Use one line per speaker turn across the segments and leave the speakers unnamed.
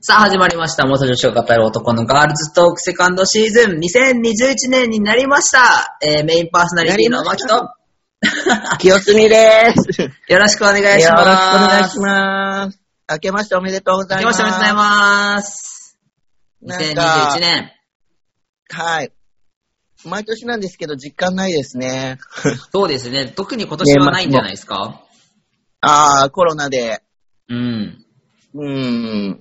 さあ始まりました。元女子を語る男のガールズトークセカンドシーズン2021年になりました。えー、メインパーソナリティのマキと、
清澄です。よ
よろしくお願い
ろし
し
くお
ます。
願いし
ま
ます。明けましておめでとうござい
ま
ま
し
す。
たおめでとうございます。
なん
2021
か
年。
はい。毎年なんですけど、実感ないで すね。
そうですね。特に今年はないんじゃないですか
あー、コロナで、
うん。
うーん。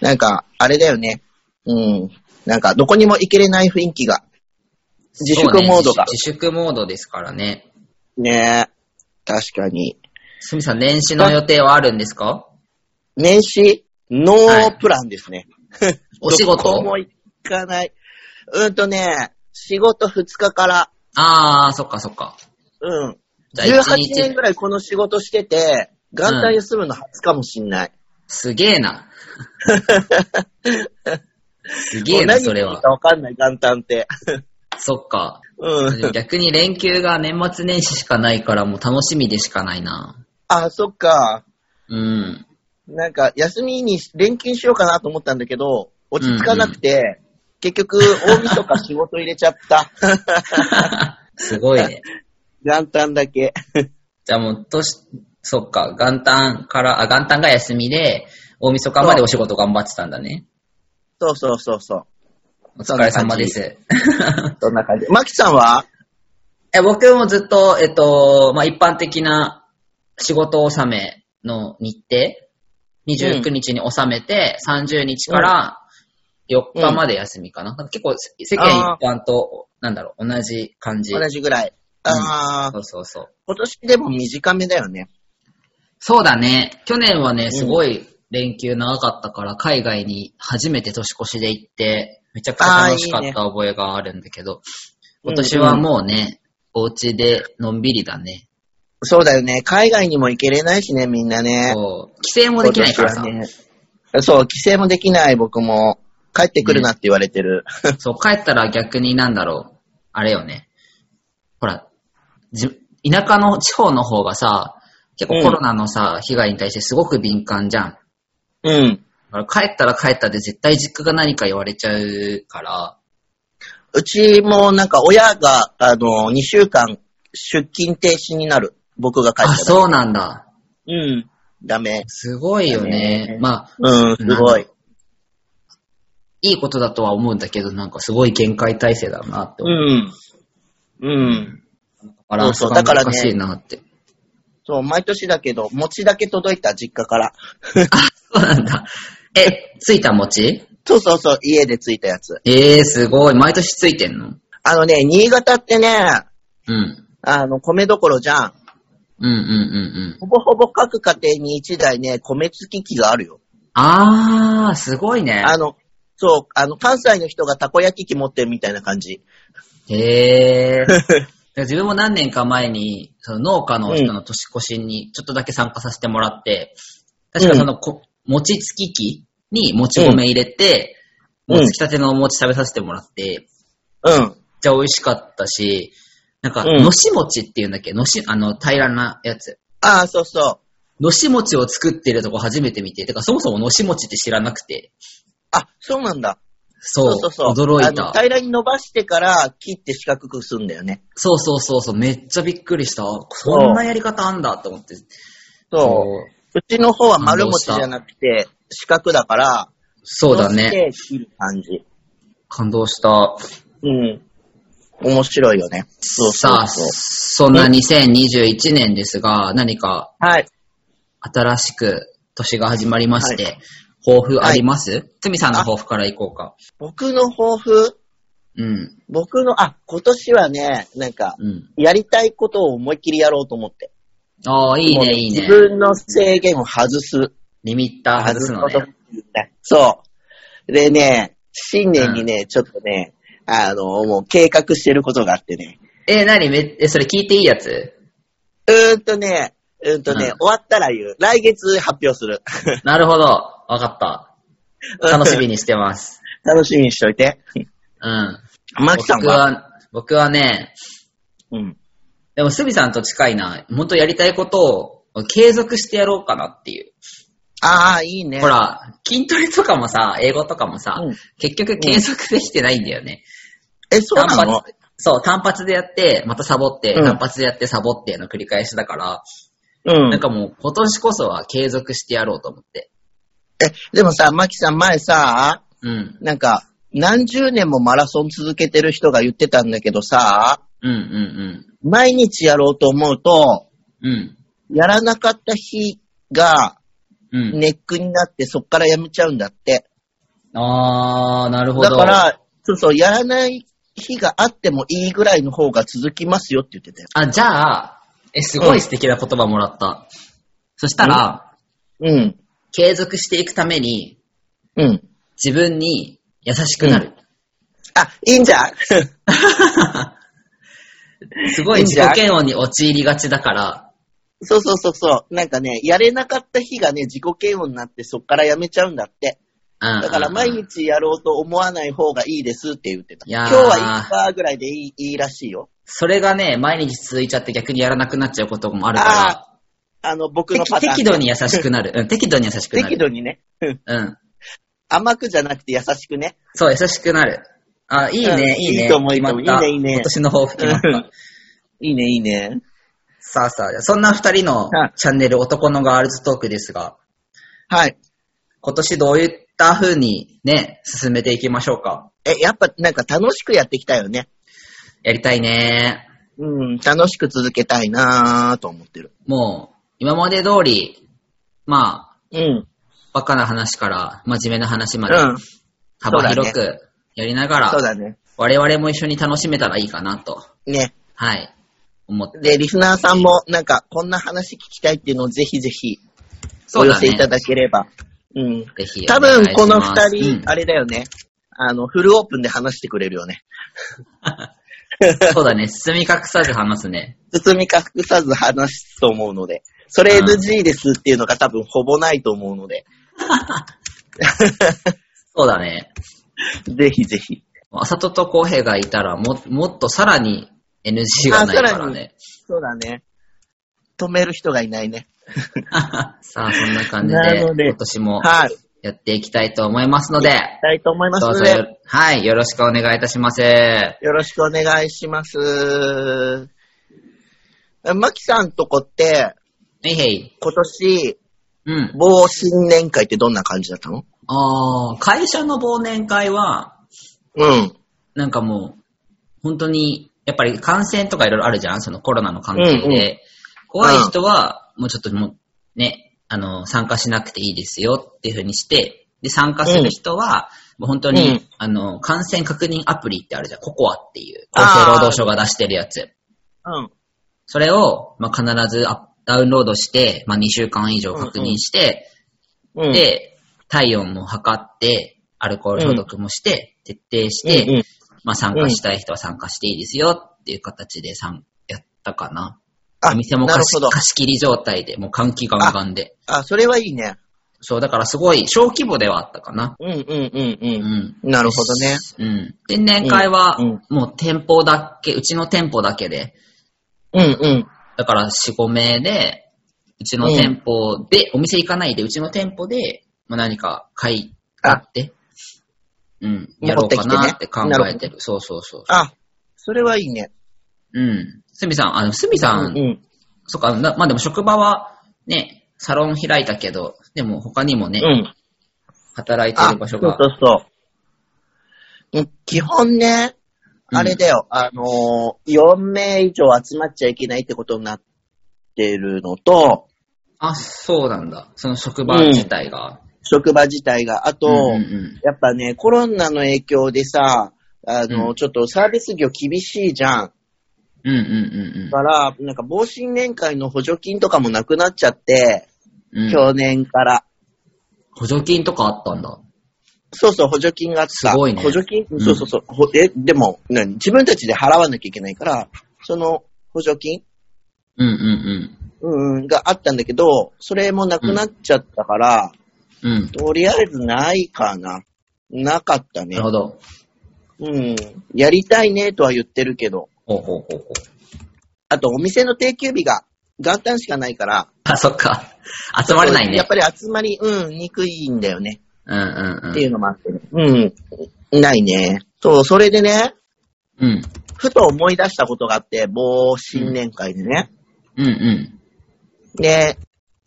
なんか、あれだよね。うん。なんか、どこにも行けれない雰囲気が。自粛
そうね
モードが。
自自粛モードですからね。
ね確かに。
すみさん、年始の予定はあるんですか
年始、ノープランですね。
お仕事
どこも行かない。うーんとね、仕事2日から、
あー、そっかそっか。
うん。
じゃあ
18
一日
年ぐらいこの仕事してて、元旦休むの初かもしんない。
すげえ な。すげえな、それ
もう何言ってい
はい
か。わかんない、元旦って。
そっか。
うん。
逆に連休が年末年始しかないからもう楽しみでしかないな。
あ、そっか。
うん。
なんか、休みに連勤しようかなと思ったんだけど、落ち着かなくて、結局、大晦日仕事入れち ゃった。
すごい ね。
元旦だけ。
じゃあもう年、そっか、元旦から、あ、元旦が休みで、大晦日までお仕事頑張ってたんだね。
そうそうそうそう。
お疲れ様です。
そんな感じ。マキさんは
え僕もずっと、えっと、まあ、一般的な仕事納めの日程、29日に納めて、30日から4日まで休みかな。なんか結構世間
あ
一般と、なんだろう、同じ感じ。
同じぐらい。あ
そ
ー
うそうそう。
今年でも短めだよね。
そうだね。去年はね、すごい連休長かったから、海外に初めて年越しで行って、めちゃくちゃ楽しか
あーい
っ
いね
た覚えがあるんだけど、
うん
今年はもうね、お家でのんびりだね。
そうだよね。海外にも行けれないしね、みんなね。
そう。帰省もできないからさ。
今年はねそう、帰省もできない、僕も。帰ってくるなって言われてる。
そう、帰ったら逆になんだろう。あれよね。ほら、じ、田舎の地方の方がさ、結構コロナのさ、被害に対してすごく敏感じゃん。だ
うん。
から帰ったら帰ったで絶対実家が何か言われちゃうから、
うちもなんか親が、あの、2週間出勤停止になる。僕が帰ったら。
あ、そうなんだ。
うん。ダメ。
すごいよね。
だね
まあ、
うん、すごい。
いいことだとは思うんだけど、なんかすごい限界体制だなって
う
思う。
ん。うん。
バランス
そうそ
が
うだからね
難しいなって。
そう、毎年だけど、餅だけ届いた、実家から。
そうなんだ。え、ついた餅
そうそうそう、家でついたやつ。
えー、すごい。毎年ついてんの
あのね、新潟ってね、
うん。
あの、米どころじゃん。
うんうんうんうん。
ほぼほぼ各家庭に1台ね、米付き機があるよ。
あー、すごいね。
あの、そう、あの、関西の人がたこ焼き器持ってるみたいな感じ。
へえ。 自分も何年か前に、その農家の人の年越しにちょっとだけ参加させてもらって、確かそのこ、餅つき機にもち米入れて、
うん
もうつきたてのお餅食べさせてもらって、
うん。
めっちゃ美味しかったし、なんか、
うん
のし餅っていうんだっけのし、あの、平らなやつ。
ああ、そうそう。
のし餅を作ってるとこ初めて見て、てかそもそものし餅って知らなくて、
あ、そうなんだ。
そう、
そうそうそう。
驚い
あの
た。
平らに伸ばしてから切って四角くすんだよね。
そうそうそうそう、めっちゃびっくりした。そんなやり方あんだと思って。
そう。
そう
うちの方は丸餅じゃなくて四角だから、
そうだね。
乗せて切る感じ。
感動した。
うん。面白いよね。そう
さ
そ
あ、
うそう。
そんな2021年ですが、何か
はい。
新しく年が始まりまして、抱負ありますつみさんの抱負からいこうか。
僕の抱負、
うん、
僕の、あ、今年はね、なんか、
うん。
やりたいことを思いっきりやろうと思って。
ああ、いい
もう
ね、いいね
自。分の制限を外す。
リミッター外すのね。
そう。でね、新年にね、ちょっとね、あの、もう計画してることがあってね。
えー、何めえ、それ聞いていいやつ
うーんとね、うーんとね、
うん
終わったら言う。来月発表する。
なるほど。わかった。 楽しみにしてます。
楽しみにしといて。
うん。
マキさん
僕
は
は、僕はね、
うん。
でも、すみさんと近いな。もっとやりたいことを継続してやろうかなっていう。
ああ、いいね。
ほら、筋トレとかもさ、英語とかもさ、
うん
結局継続できてないんだよね。
え、そうな
単
の
発そう、単発でやって、またサボって、
うん
単発でやってサボっての繰り返しだから、
うん
なんかもう今年こそは継続してやろうと思って。
え、でもさ、マキさん前さ、
うん、
なんか、何十年もマラソン続けてる人が言ってたんだけどさ、
うん、うん、
毎日やろうと思うと、
うん。うん、
やらなかった日が
うん。
ネックになってそっからやめちゃうんだって。
あー、なるほど。
だか、ら、そうそう、やらない日があってもいいぐらいの方が続きますよって言ってたよ。
あ、じゃあ、え、すごい素敵な言葉もらった。そしたら、
うん。
継続していくために、
うん。
自分に優しくなる。
あ、いいんじ ゃん
すごい自己嫌悪に陥りがちだから、
そうそうそうそう。なんかね、やれなかった日がね、自己嫌悪になってそっからやめちゃうんだって。
うん
だから毎
うんうん
日やろうと思わない方がいいですって言ってた。
いや
今
ー
日はいいかぐらいでいいいいらしいよ。
それがね、毎日続いちゃって逆にやらなくなっちゃうこともあるか
あの、僕
ら
の、パ
適
ターン。
適度に優しくなる。うん、適度に優しくな
適
る。
度にね。
うん。
甘くじゃなくて優しくね。
そう、優しくなる。あ、いい
うん
ね、いいね。
いいと思う
決まった
いいと思ういいねいいね
今年の抱負決まった。
いいね、いいね。
さあさあ、そんな二人の
はい
チャンネル、男のガールズトークですが、
はい。
今年どういった風にね、進めていきましょうか。
え、やっぱなんか楽しくやっていきたいよね。
やりたいね。
うん、楽しく続けたいなーと思ってる。
もう、今まで通り、まあ、
うん。
バカな話から真面目な話まで
うん。
幅広くやりなが
そう
ら、
だね。
我々も一緒に楽しめたらいいかなと、
ね。
はい、思って。
で、リスナーさんもなんかこんな話聞きたいっていうのをぜひぜひお
う
寄
だ
せいた
ね。
だければ。うん。
ぜひ
多
お願いします。
分この二人、
うん
あれだよね。あの、フルオープンで話してくれるよね。
そうだね、包み隠さず話すね。
包み隠さず話すと思うので、それ NG ですっていうのが多分ほぼないと思うので、
そうだね。
ぜひぜひ。
あさととこうへいがいたら、も、もっとさらに NG がないからね。
そうだね。止める人がいないね。
さあ、そんな感じ
な
で、
ので
今年も
はい。行き
やっていきたいと思いますので、
たいと思います
どう
の
ぞ
で、
よ、はい、よろしくお願いいたします。
よろしくお願いします。マキさんとこって、
へいへい。
今年、
うん。
某新年会ってどんな感じだったの
ああ、会社の忘年会は、
うん。
なんかもう、本当に、やっぱり感染とかいろいろあるじゃんそのコロナの関係で。
うんうん
怖い人は、もうちょっともう、ね、あの、参加しなくていいですよっていうふうにして、で、参加する人は、もう本当に、
うん
あの、感染確認アプリってあるじゃんココアっていう、厚生労働省が出してるやつ。
うん。
それを、まあ、必ずアダウンロードして、まあ、2週間以上確認して、
うん、
で、体温も測って、アルコール消毒もして、徹底して、
うんうん
まあ参加したい人は参加していいですよっていう形でさんやったかな。
あ、
お店も
なる
貸し
ほど。
貸し切り状態で、もう換気ガンガンで。
あ、それはいいね。
そう、だからすごい小規模ではあったかな。
うんうんうん
う。
うんん。なるほどね。
うん。で、年会は
うん、
もう店舗だけ、うちの店舗だけで、
うんうん。
だから4、5名で、うちの店舗で、お店行かないで、うちの店舗で、まあ、何か買い、買って、うん、やろうかなって考
持っ
え
てき
てる。そうそうそう。
あ、それはいいね。
うん。すみさん、あの、すみさ、
うんん。
そっか、なまあでも職場はね、サロン開いたけど、でも他にもね、
うん。
働いて
あ、
る場所
そう
が。
そうそううん。基本ね、
うん
あれだよ、あのー、4名以上集まっちゃいけないってことになってるのと、
あ、そうなんだ。その職場自体が。
職場自体が、あと、
うんうん
やっぱね、コロナの影響でさ、あのー、
うん
ちょっとサービス業厳しいじゃん。
うん。うんうん
だから、なんか、防震年会の補助金とかもなくなっちゃって、
うんうん。
去年から。
補助金とかあったんだ。
そうそう、補助金があった。
すごいね
補助金、
うん
そうそうそう。ほえ、でも、何自分たちで払わなきゃいけないから、その補助金
うんうん
うんうん、があったんだけど、それもなくなっちゃったから、
うん。うん。
とりあえずないかな。なかった
な
ね
る。ほど。
うん。やりたいねとは言ってるけど。
ほうほうほうほう。
あと、お店の定休日が元旦しかないから、
あ、そっか。集まれないね。
やっぱり集まり、うん、にくいんだよね。
うんうんうん。
っていうのもあってね。うん。ないね。そう、それでね、
うん。
ふと思い出したことがあって、某新年会でね。
うんうん。
で、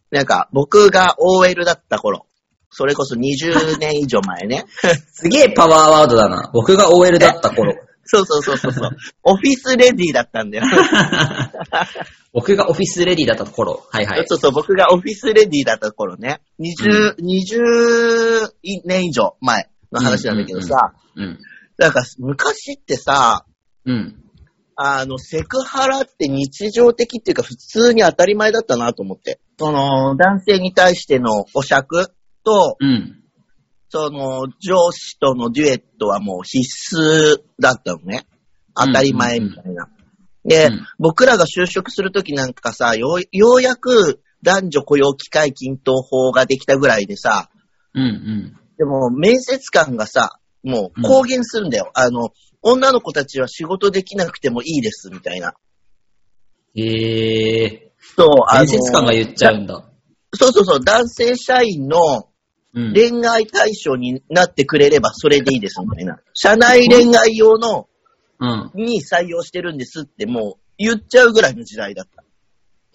なんか、僕が OL だった頃、それこそ20年以上前 ね。
すげえパワーワードだな。僕が OL だった頃。
そうそうそうそうそう。オフィスレディだったんだよ。
僕がオフィスレディだった頃。はいはい。
そうそう、僕がオフィスレディだった頃ね。20、20年以上前の話なんだけどさ、
うん。
なんか昔ってさ、
うん。
あの、セクハラって日常的っていうか普通に当たり前だったなと思って。その、男性に対してのお酌と、
うん。
その、上司とのデュエットはもう必須だったのね。当たり前みたいな。で、
うん
僕らが就職するときなんかさ、よう、ようやく男女雇用機会均等法ができたぐらいでさ、
うんうん。
でも面接官がさ、もう公言するんだよ。あの、女の子たちは仕事できなくてもいいです、みたいな。
ええ
そう、
ー。面接官が言っちゃうんだ。
そうそうそう、男性社員の
うん。
恋愛対象になってくれればそれでいいですみたいな。社内恋愛用の
うん。
に採用してるんですってもう言っちゃうぐらいの時代だった。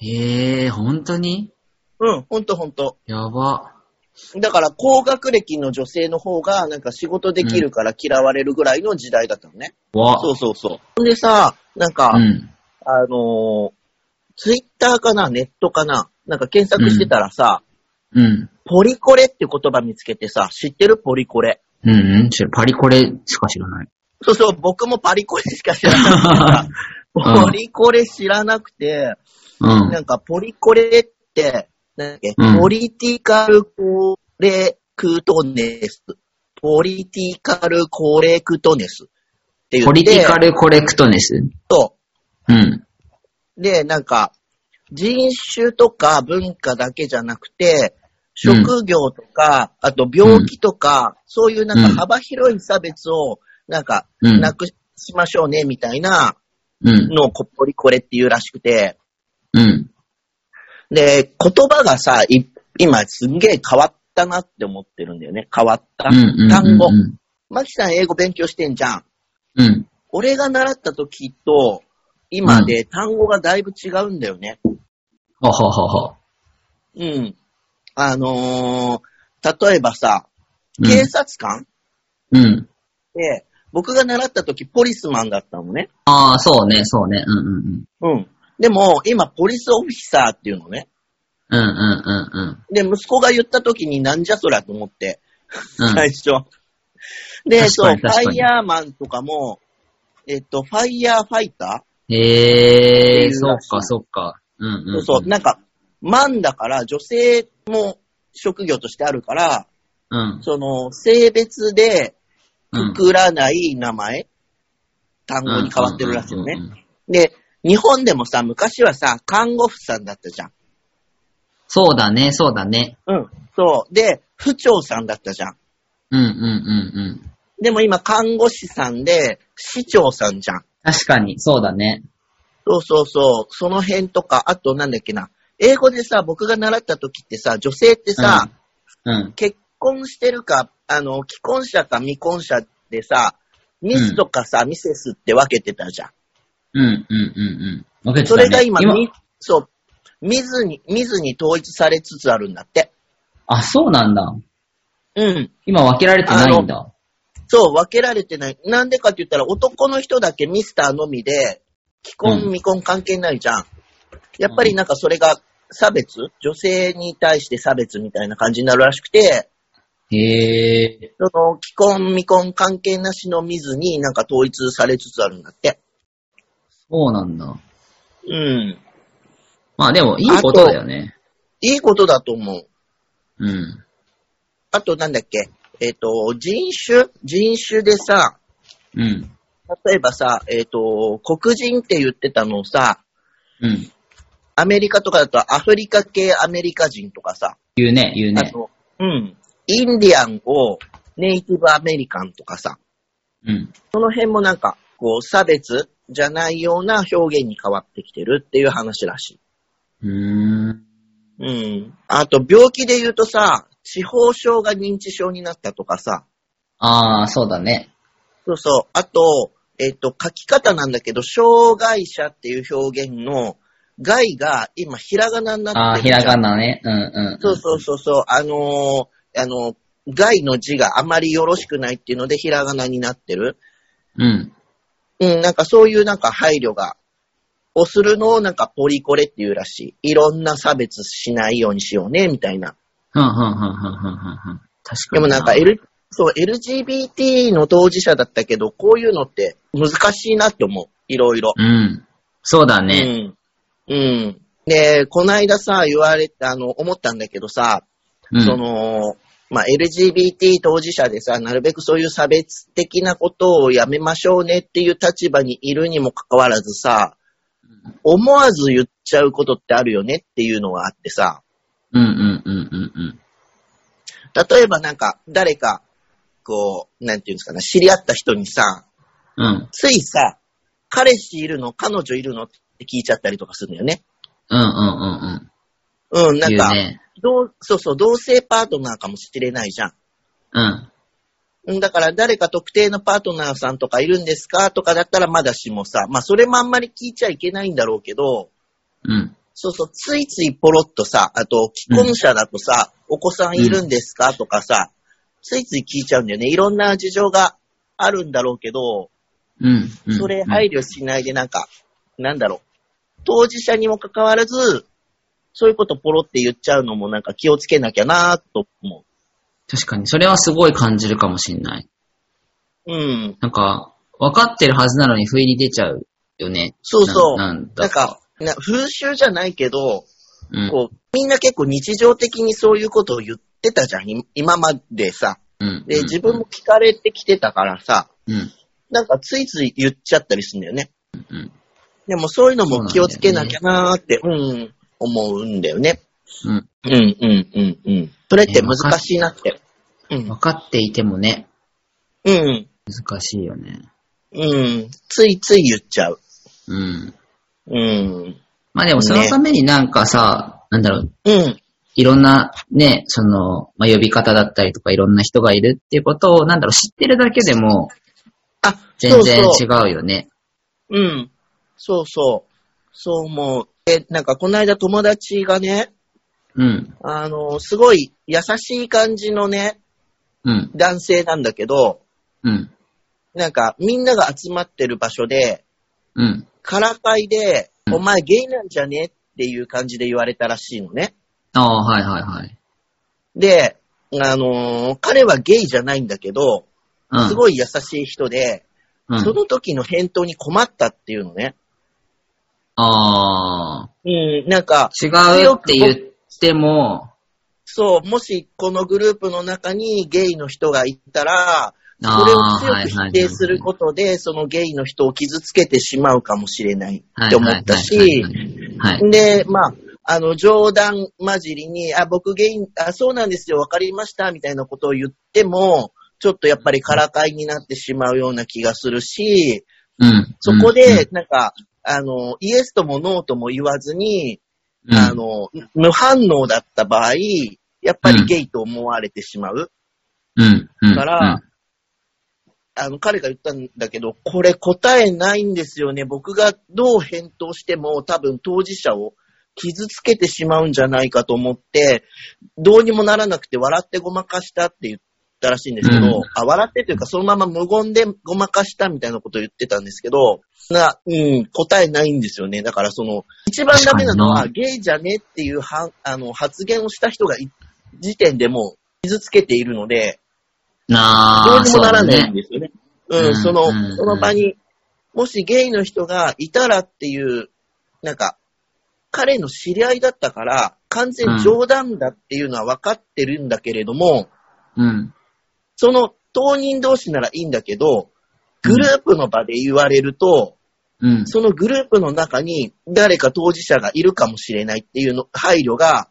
ええー、本当に
うん、ほんとほんと。
やば。
だから高学歴の女性の方がなんか仕事できるから嫌われるぐらいの時代だったのね。
わ。
そうそうそう。ほんでさ、なんか、
うん。
あのー、ツイッターかな、ネットかな、なんか検索してたらさ、
うん。
ポリコレって言葉見つけてさ、知ってるポリコレ。
うん、うん知ら。パリコレしか知ら ない。
そうそう、僕もパリコレしか知らなくてさ
うん
ポリコレ知らなくて、
うん。
なんかポリコレって、なんだっけ、
うん
ポリティカルコレクトネス。ポリティカルコレクトネス。って言って、
ポリティカルコレクトネス。
と、
うん。
で、なんか、人種とか文化だけじゃなくて、
うん
職業とか、あと病気とか、そういうなん
うん
か幅広い差別を、なんか、
うん
なくしましょうね、みたいな、
うん。
のこっぽりこれっていうらしくて、
うん。
で、言葉がさ、い今すんげえ変わったなって思ってるんだよね。変わった。
うんうんうん
単語
う。ん
マキさん英語勉強してんじゃん。
うん。
俺が習った時と、今で単語がだいぶ違うんだよね。
あははは。
うん。あのー、例えばさ、
うん
警察官
うん。
って、僕が習った時ポリスマンだったのね。
ああ、そうね、そうね。うんうんうん。
うん。でも、今ポリスオフィサーっていうのね。
うんうんうんうん。
で、息子が言った時になんじゃそりゃと思って、
うん
最初。で、
確
そ
か
う、
に
フ
確か
ァ
に
イヤーマンとかも、えっと、ファイヤーファイタ
へ
って
え
いうら
ー、
しい
そっかそっか。うん
ー、
うんうん。
そうそう、なんか、マンだから、女性も職業としてあるから、
うん。
その、性別で
うん
く。くらない名前、単語に変わってるらしいよ
うんう
ね。
んうんうん。
で、日本でもさ、昔はさ、看護婦さんだったじゃん。
そうだね、そうだね。
うん。そう。で、婦長さんだったじゃん。
うんうんうんうん。
でも今、看護師さんで、市長さんじゃん。
確かに、そうだね。
そうそうそう。その辺とか、あとなんだっけな。英語でさ、僕が習った時ってさ、女性ってさ、
うん。
結婚してるか、あの、既婚者か未婚者でさ、ミスとかさ、ミセスって分けてたじゃん。
うんうんうんうん。分けてた
そ
ね
れが今、
今
みそう、見ずに、見ずに統一されつつあるんだって。
あ、そうなんだ。
うん。
今分けられてないんだ。
そう、分けられてない。なんでかって言ったら、男の人だけミスターのみで、既婚、
うん
未婚関係ないじゃん。やっぱりなんかそれが差別女性に対して差別みたいな感じになるらしくて、
へえ。
その、既婚、未婚関係なしの見ずになんか統一されつつあるんだって。
そうなんだ。
うん。
まあでも、いいことだよね。
いいことだと思う。
うん。
あとなんだっけえっ、と、人種人種でさ、
うん。
例えばさ、えっ、と、黒人って言ってたのをさ、
うん。
アメリカとかだとアフリカ系アメリカ人とかさ、
言うね、言う
あ
ね。
と、うん、インディアンをネイティブアメリカンとかさ、
うん。
その辺もなんか、こう、差別じゃないような表現に変わってきてるっていう話らしい。
うーん。
うん。あと、病気で言うとさ、地方症が認知症になったとかさ、
ああ、そうだね。
そうそう。あと、えっ、と、書き方なんだけど、障害者っていう表現の、害が今、ひらがなになって
ああ、
る
ひ
じゃん
らがなね。うんうん。
そうそうそうそう。あのーあの、害の字があまりよろしくないっていうので、ひらがなになってる。
うん。
うん、なんかそういうなんか配慮が、をするのをなんかポリコレっていうらしい。いろんな差別しないようにしようね、みたいな。
ふんふんふんふんふんふんふん。確かに。
でもなんか、L、そう、LGBT の当事者だったけど、こういうのって難しいなって思う。いろいろ。
うん。そうだね。
うん。うん。で、こないださ、言われた、あの、思ったんだけどさ、
うん。
その、まあ、LGBT 当事者でさ、なるべくそういう差別的なことをやめましょうねっていう立場にいるにもかかわらずさ、思わず言っちゃうことってあるよねっていうのがあってさ、
うんうんうんうんうん。
例えばなんか、誰か、こう、なんていうんですかね、知り合った人にさ、
うん。
ついさ、彼氏いるの彼女いるのって聞いちゃったりとかするんだよね。
うんうんうんうん。
うん、なんか、
言うね。
どうそうそう、同性パートナーかもしれないじゃん。
うん。
うんだから誰か特定のパートナーさんとかいるんですかとかだったらまだしもさ、まあそれもあんまり聞いちゃいけないんだろうけど、
うん。
そうそう、ついついポロッとさ、あと既婚者だとさ、お子さんいるんですかとかさ、ついつい聞いちゃうんだよね。いろんな事情があるんだろうけど、
うん。うん
それ配慮しないでなんか、なんだろう、当事者にもかかわらず、そういうことポロって言っちゃうのもなんか気をつけなきゃなぁと思
確かに、それはすごい感じるかもしんない。
う。うん。
なんか、分かってるはずなのに不意に出ちゃうよね。
そうそう。
な
な
なん
ん
だ
かな風習じゃないけど、
うん。
こう、みんな結構日常的にそういうことを言ってたじゃん、い今までさ。
うん。
で、自分も聞かれてきてたからさ、
うん。
なんかついつい言っちゃったりするんだよね。
うん。
でもそういうのも気をつけなきゃなーって、うん、思うんだよね。
うん。
うん、うん、うん、うん。それって難しいなって。うん
分、かっていてもね、
うん、
難しいよね。
うん。ついつい言っちゃう。
うん。
うん、
まあでもそのためになんかさ、なんだろう、
うん、
いろんなね、その、まあ、呼び方だったりとかいろんな人がいるっていうことを、なんだろう、知ってるだけでも
あ、
全
そ
然
うそう
違うよね。
うん。そうそう。そう思う。え、なんかこの間友達がね、
うん。
あの、すごい優しい感じのね、
うん。
男性なんだけど、
うん。
なんかみんなが集まってる場所で、
うん。
からかいで、
うん
お前ゲイなんじゃねっていう感じで言われたらしいのね。
ああ、はいはいはい。
で、あのー彼はゲイじゃないんだけど、
うん。
すごい優しい人で、
うん、
その時の返答に困ったっていうのね。
ああ、
うん、なんか、
違うって言っても、
そう、もしこのグループの中にゲイの人がいたら、
あー
それを強く否定することで、そのゲイの人を傷つけてしまうかもしれないって思ったし
はい、はいはいはいはい。
で、まあ、あの、冗談交じりに、あ、僕ゲイ、あ、そうなんですよ、わかりました、みたいなことを言っても、ちょっとやっぱりからかいになってしまうような気がするし、
うん。
そこで、なんか、あの、イエスともノーとも言わずに、
うん、
あの、無反応だった場合、やっぱりゲイと思われてしまう。
うん、うん。
からあの、彼が言ったんだけど、これ答えないんですよね。僕がどう返答しても多分当事者を傷つけてしまうんじゃないかと思って、どうにもならなくて笑ってごまかしたって言ったらしいんですけど、
うん
あ笑ってというかそのまま無言でごまかしたみたいなことを言ってたんですけど、な、うん、答えないんですよね。だからその、一番ダメなのは
確
ゲイじゃねっていうはあの発言をした人がい時点でもう傷つけているので、
うん。な
どう
あ、
に
そ
も
う
な
だ
らないん
ね。
ですよね。
う
うんん、その
うん、
その場に、もしゲイの人がいたらっていう、なんか、彼の知り合いだったから、完全冗談だっていうのは分かってるんだけれども、
うん。
その当人同士ならいいんだけど、グループの場で言われると、
うん。
そのグループの中に誰か当事者がいるかもしれないっていうの配慮が、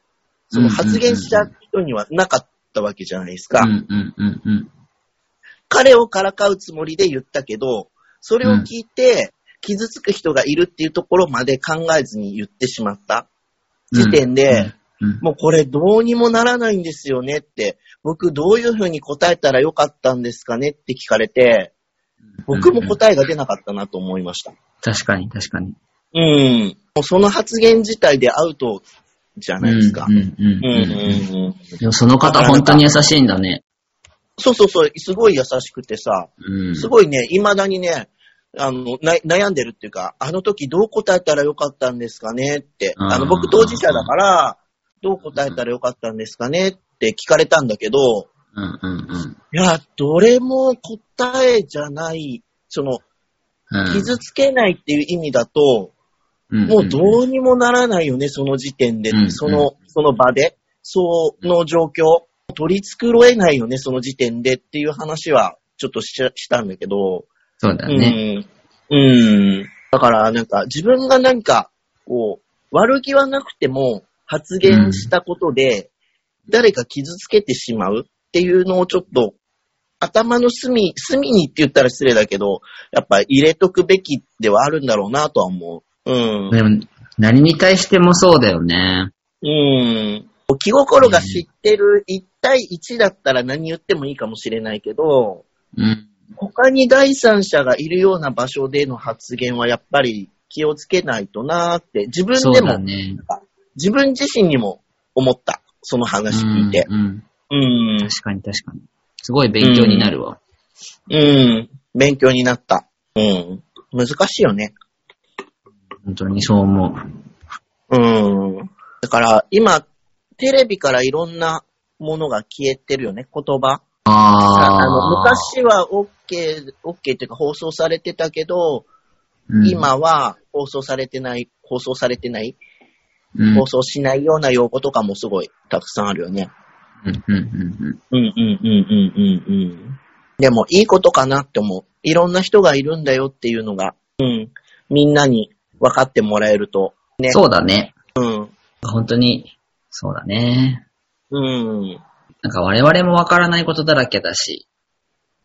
その発言しちゃう人にはなかったわけじゃないですか。
うん、うん、うん、うん。
彼をからかうつもりで言ったけど、それを聞いて、傷つく人がいるっていうところまで考えずに言ってしまった。時点で、
うん
もうこれどうにもならないんですよねって、僕どういうふうに答えたらよかったんですかねって聞かれて、僕も答えが出なかったなと思いました。
確かに、確かに。
うん。もうその発言自体でアウトじゃないですか
うん。うん
う
うん
ん
うん
うんうん
でもその方本当に優しいんだね。
そうそうそう、すごい優しくてさ、
うん。
すごいね、未だにね、あの、な悩んでるっていうか、あの時どう答えたらよかったんですかねって、
あー
あの、僕当事者だから、どう答えたらよかったんですかねって聞かれたんだけど、
うんうんうん
いや、どれも答えじゃない、その、
うん。
傷つけないっていう意味だと、
うん、
もうどうにもならないよね、その時点で
う、ん
その、その場で、その状況、取り繕えないよね、その時点でっていう話は、ちょっとししたんだけど、
そうだね。
うん。うん。だから、なんか、自分がなんか、こう、悪気はなくても発言したことで、誰か傷つけてしまうっていうのをちょっと、頭の隅、隅にって言ったら失礼だけど、やっぱ入れとくべきではあるんだろうなとは思う。うん。
でも、何に対してもそうだよね。
うん。気心が知ってる1対1だったら何言ってもいいかもしれないけど、
うん。
他に第三者がいるような場所での発言はやっぱり気をつけないとなーって、自分
そう
で
だ
も、
ね。
自分自身にも思った。その話聞いて。
うんうん。
うん。
確かに確かに。すごい勉強になるわ。
うん。勉強になった。うん。難しいよね。
本当にそう思う。
うん。だから、今、テレビからいろんなものが消えてるよね、言葉。あ
ああ。
の、昔は OK、OK っていうか放送されてたけど、
うん、
今は放送されてない、放送されてない
うん、
放送しないような用語とかもすごいたくさんあるよね。
うんうんうんうん
うんうんうんうんうんうん。でもいいことかなって思う。いろんな人がいるんだよっていうのが、うん。みんなに分かってもらえると。ね。
そうだね。
うん。
本当に、そうだね。
うん。
なんか我々もわからないことだらけだし、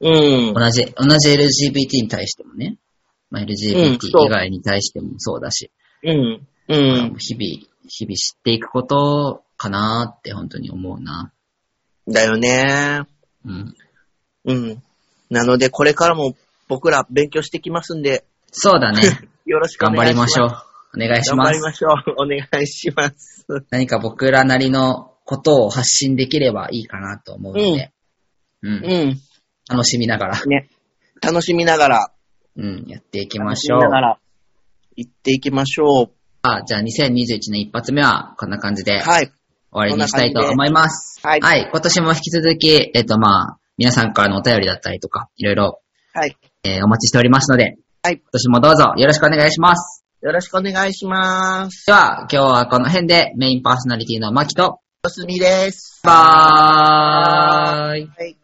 うん。
同じ、同じ LGBT に対してもね、まあ、
う
LGBT
んそう
以外に対してもそうだし、
うん。うん。
日々、日々知っていくことかなって本当に思うな。
だよね。
うん。
うん。なのでこれからも僕ら勉強してきますんで、
そうだね。
よろし くお
頑張
願
り
いしま。
ますしょう。お願いしま
頑張り
す。
ましょう。お願いします。
何か僕らなりのことを発信できればいいかなと思うので、うん。
うん。
楽しみながら、
ね。楽しみながら、
うん、やっていきま
楽し
しょ
み
う。
ながら、行っていきましょう。
あじゃあ2021年一発目はこんな感じで終
はい。
わりにしたいと思います。
はい
はい、今年も引き続き、えっとまあ、皆さんからのお便りだったりとか、いろいろ、
はい。
えーお待ちしておりますので、
はい
今年もどうぞよろしくお願いします。
よろしくお願いします。
では、今日はこの辺でメインパーソナリティのマキと、
おすみです。
バーイ
はい。